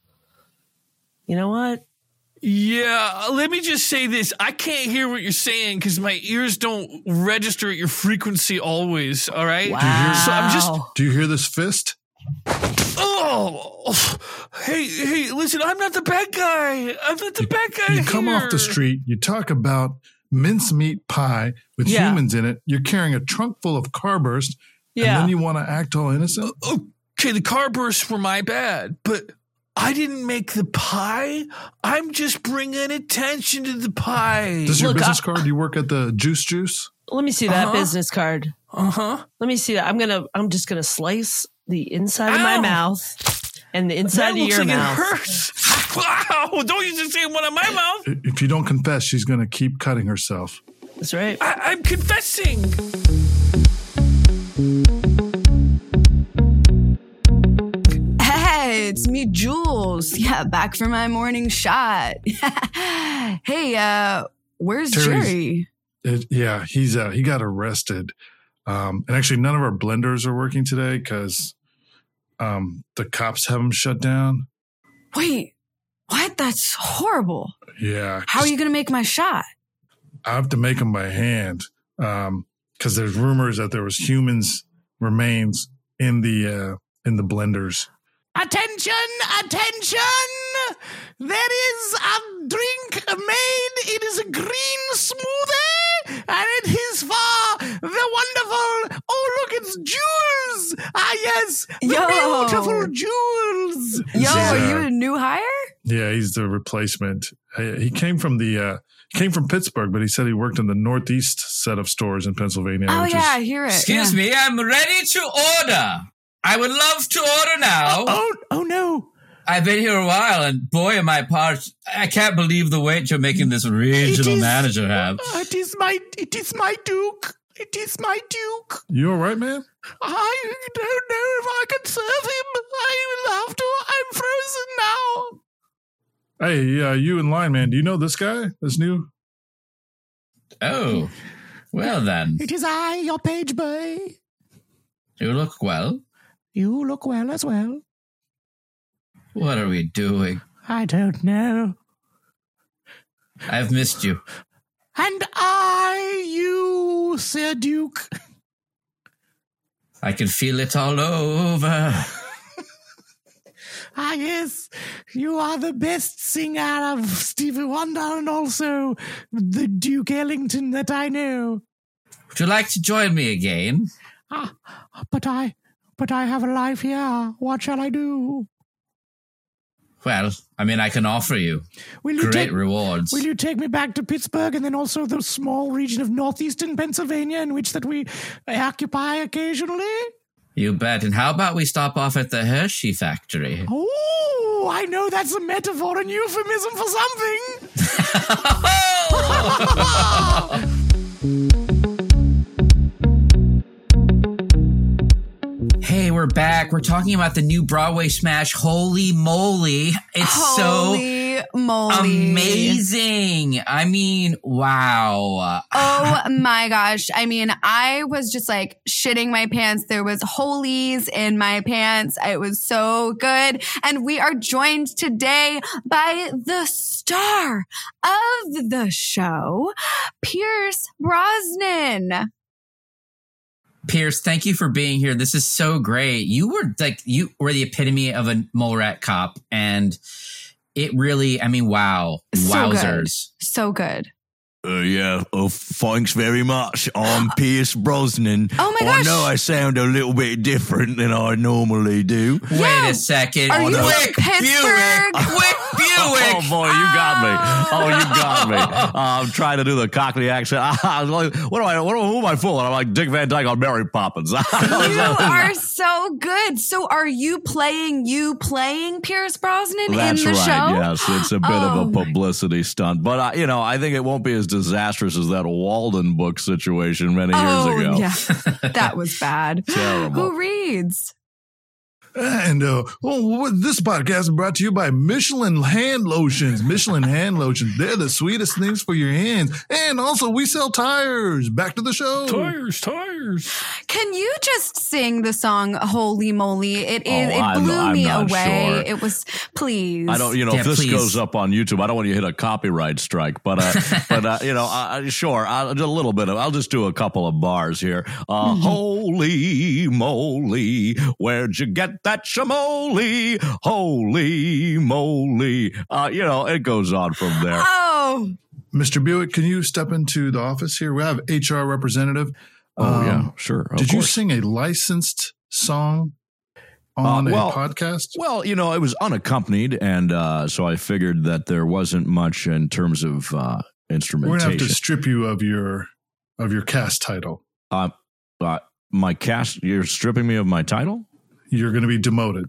You know what? Yeah, let me just say this. I can't hear what you're saying because my ears don't register at your frequency always. All right. Wow. So I'm just. Do you hear this fist? Oh, hey, hey, listen, I'm not the bad guy. I'm not the bad guy. You come off the here. street, you talk about mincemeat pie with Yeah. humans in it, you're carrying a trunk full of carburst, and yeah. Uh, then you want to act all innocent? okay, the car bursts were my bad, but I didn't make the pie. I'm just bringing attention to the pie. Does your Look, business I- card, do you work at the Juice Juice? Let me see that Uh-huh. business card. Uh huh. Let me see that. I'm gonna. I'm just gonna slice the inside of my Ow. mouth and the That inside of looks your like mouth. it hurts. Wow! Don't use the same one on my mouth. I- If you don't confess, she's going to keep cutting herself. That's right. I- I'm confessing. Hey, it's me, Jules. Yeah, back for my morning shot. hey, uh, where's Terry's- Jerry? It, yeah, he's uh, he got arrested, um, and actually none of our blenders are working today because um, the cops have them shut down. Wait, what? That's horrible. Yeah, How are you gonna make my shot? I have to make them by hand because there's rumors that there was humans remains in the uh, in the blenders. Attention, attention! There is a drink made. It is a green smoothie, and it is for the wonderful. Oh, look, it's Jules! Ah, yes, the Yo. beautiful Jules. Yo, Yeah. are you a new hire? Yeah, he's the replacement. He he came from the uh, he came from Pittsburgh, but he said he worked in the northeast set of stores in Pennsylvania. oh which yeah, I is, hear it. Excuse yeah. me, I'm ready to order. I would love to order now. Oh, oh no! I've been here a while, and boy, am I parched. I can't believe the weight you're making this regional is- manager have. Uh, It is my, it is my Duke. It is my Duke. you all right, man? I don't know if I can serve him. I will have to. I'm frozen now. Hey, uh, you in line, man? Do you know this guy? This new Oh, well then, It is I, your page boy. you look well. You look well as well. What are we doing? I don't know. I've missed you. And I, Sir Duke. I can feel it all over. Ah, yes, you are the best singer of Stevie Wonder and also the Duke Ellington that I know. Would you like to join me again? Ah, but I, but I have a life here. What shall I do? Well, I mean, I can offer you Will you great take, rewards. Will you take me back to Pittsburgh and then also the small region of northeastern Pennsylvania in which that we occupy occasionally? You bet. And how about we stop off at the Hershey factory? Oh, I know that's a metaphor and euphemism for something. Hey, we're back. We're talking about the new Broadway smash. Holy moly. It's so Holy moly. amazing. I mean, wow. Oh my gosh. I mean, I was just like shitting my pants. There was holies in my pants. It was so good. And we are joined today by the star of the show, Pierce Brosnan. Pierce, thank you for being here. This is so great. You were like you were the epitome of a mole rat cop and it really, I mean, wow. So good. Wowzers. So good. Uh, yeah, oh, thanks very much. I'm Pierce Brosnan. Oh my I gosh. know I sound a little bit different than I normally do. Yeah. Wait a second. Are you from Quick Pittsburgh? Buick. Quick Oh Buick. boy, you got me! Oh, you got me! Uh, I'm trying to do the Cockney accent. I was like, what do I? What, who am I fooling? I'm like Dick Van Dyke on Mary Poppins. You are so good. So are you playing you playing Pierce Brosnan That's in the right. show? Yes, it's a bit Oh, of a my- publicity stunt, but I, you know, I think it won't be as disastrous as that Walden book situation many years oh, ago. yeah. That was bad. Terrible. Who reads? And uh, oh, what, this podcast is brought to you by Michelin hand lotions. Michelin hand lotions. They're the sweetest things for your hands. And also, we sell tires. Back to the show. Tires, tires. Can you just sing the song "Holy Moly"? It Oh, is. it I'm- blew I'm me not away. sure. It was. Please. I don't, you know, Yeah, if this please. goes up on YouTube, I don't want you to hit a copyright strike, but, uh, but uh, you know, I, I- sure, I'll do a little bit of, I'll just do a couple of bars here. Uh, Mm-hmm. Holy moly, where'd you get that shamoli? Holy moly. Uh, you know, it goes on from there. Oh, Mr. Buick, can you step into the office here? We have HR representative. oh, Um, yeah, sure. of Did you course. sing a licensed song on Uh, well- a podcast? Well, you know, it was unaccompanied, and uh, so I figured that there wasn't much in terms of We're uh, gonna have to instrumentation. strip you of your of your cast title. uh, my cast, you're stripping me of my title. You're gonna be demoted.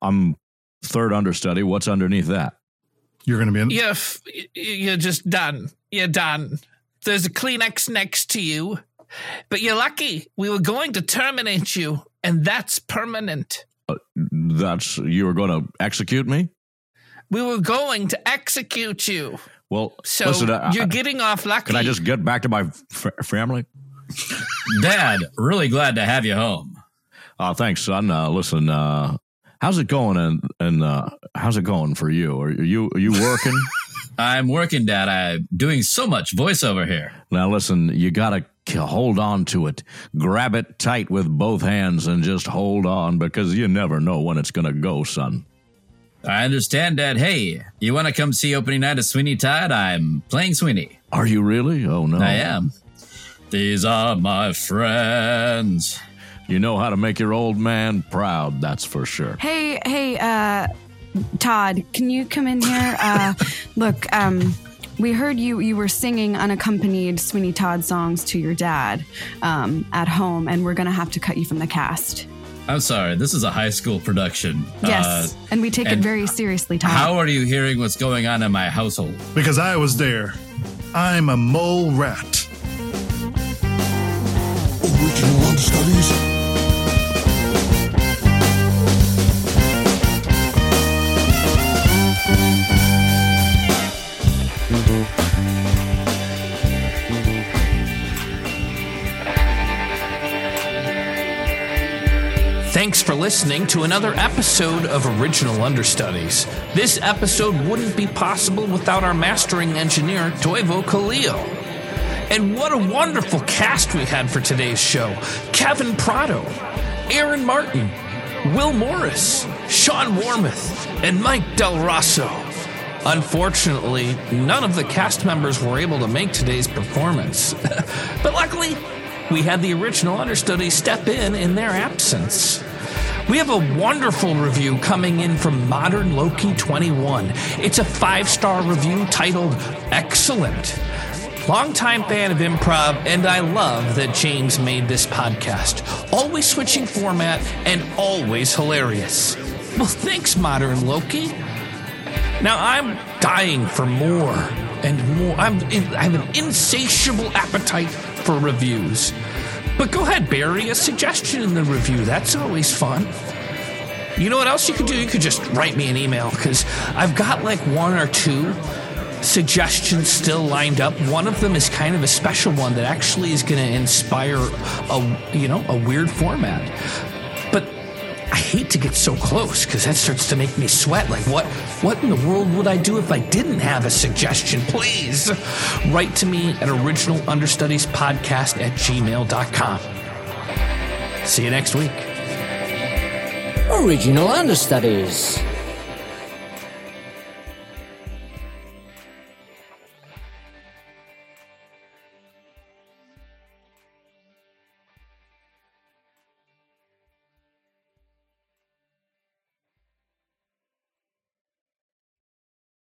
I'm third understudy. What's underneath that? You're gonna be in. Yeah, f- y- y- you're just done. You're done. There's a Kleenex next to you, but you're lucky. We were going to terminate you, and that's permanent. That's you were going to execute me. We were going to execute you. Well, So listen. I, you're I- getting off lucky. can I just get back to my f- family? Dad, really glad to have you home. Uh, thanks, son. Uh, listen, uh, how's it going? And and uh, how's it going for you? Are you are you working? I'm working, Dad. I'm doing so much voiceover here. Now listen, you gotta k- hold on to it. Grab it tight with both hands and just hold on because you never know when it's gonna go, son. I understand, Dad. Hey, you want to come see opening night of Sweeney Todd? I'm playing Sweeney. Are you really? Oh no. I am. These are my friends. You know how to make your old man proud, that's for sure. hey, hey, uh, Todd, can you come in here? Uh, look, um, we heard you. You were singing unaccompanied Sweeney Todd songs to your dad um, at home, and we're gonna have to cut you from the cast. I'm sorry. This is a high school production. Yes, Uh, and we take it and very seriously, Todd. how are you hearing what's going on in my household? because I was there. I'm a mole rat. Original understudies. Thanks for listening to another episode of Original Understudies. This episode wouldn't be possible without our mastering engineer, Toivo Kalil. And what a wonderful cast we had for today's show Kevin Prado, Aaron Martin, Will Morris, Sean Warmoth, and Mike Del Rosso. Unfortunately, none of the cast members were able to make today's performance. but luckily, we had the original understudy step in in their absence. We have a wonderful review coming in from Modern Loki 21. It's a five star review titled Excellent. Longtime fan of improv, and I love that James made this podcast. Always switching format and always hilarious. Well, thanks, Modern Loki. Now I'm dying for more and more. I'm, I have an insatiable appetite for reviews. But go ahead, bury a suggestion in the review. That's always fun. You know what else you could do? You could just write me an email because I've got like one or two suggestions still lined up. One of them is kind of a special one that actually is going to inspire a you know a weird format. But I hate to get so close because that starts to make me sweat. Like what what in the world would I do if I didn't have a suggestion? Please write to me at original understudies podcast at gmail.com. See you next week. Original Understudies.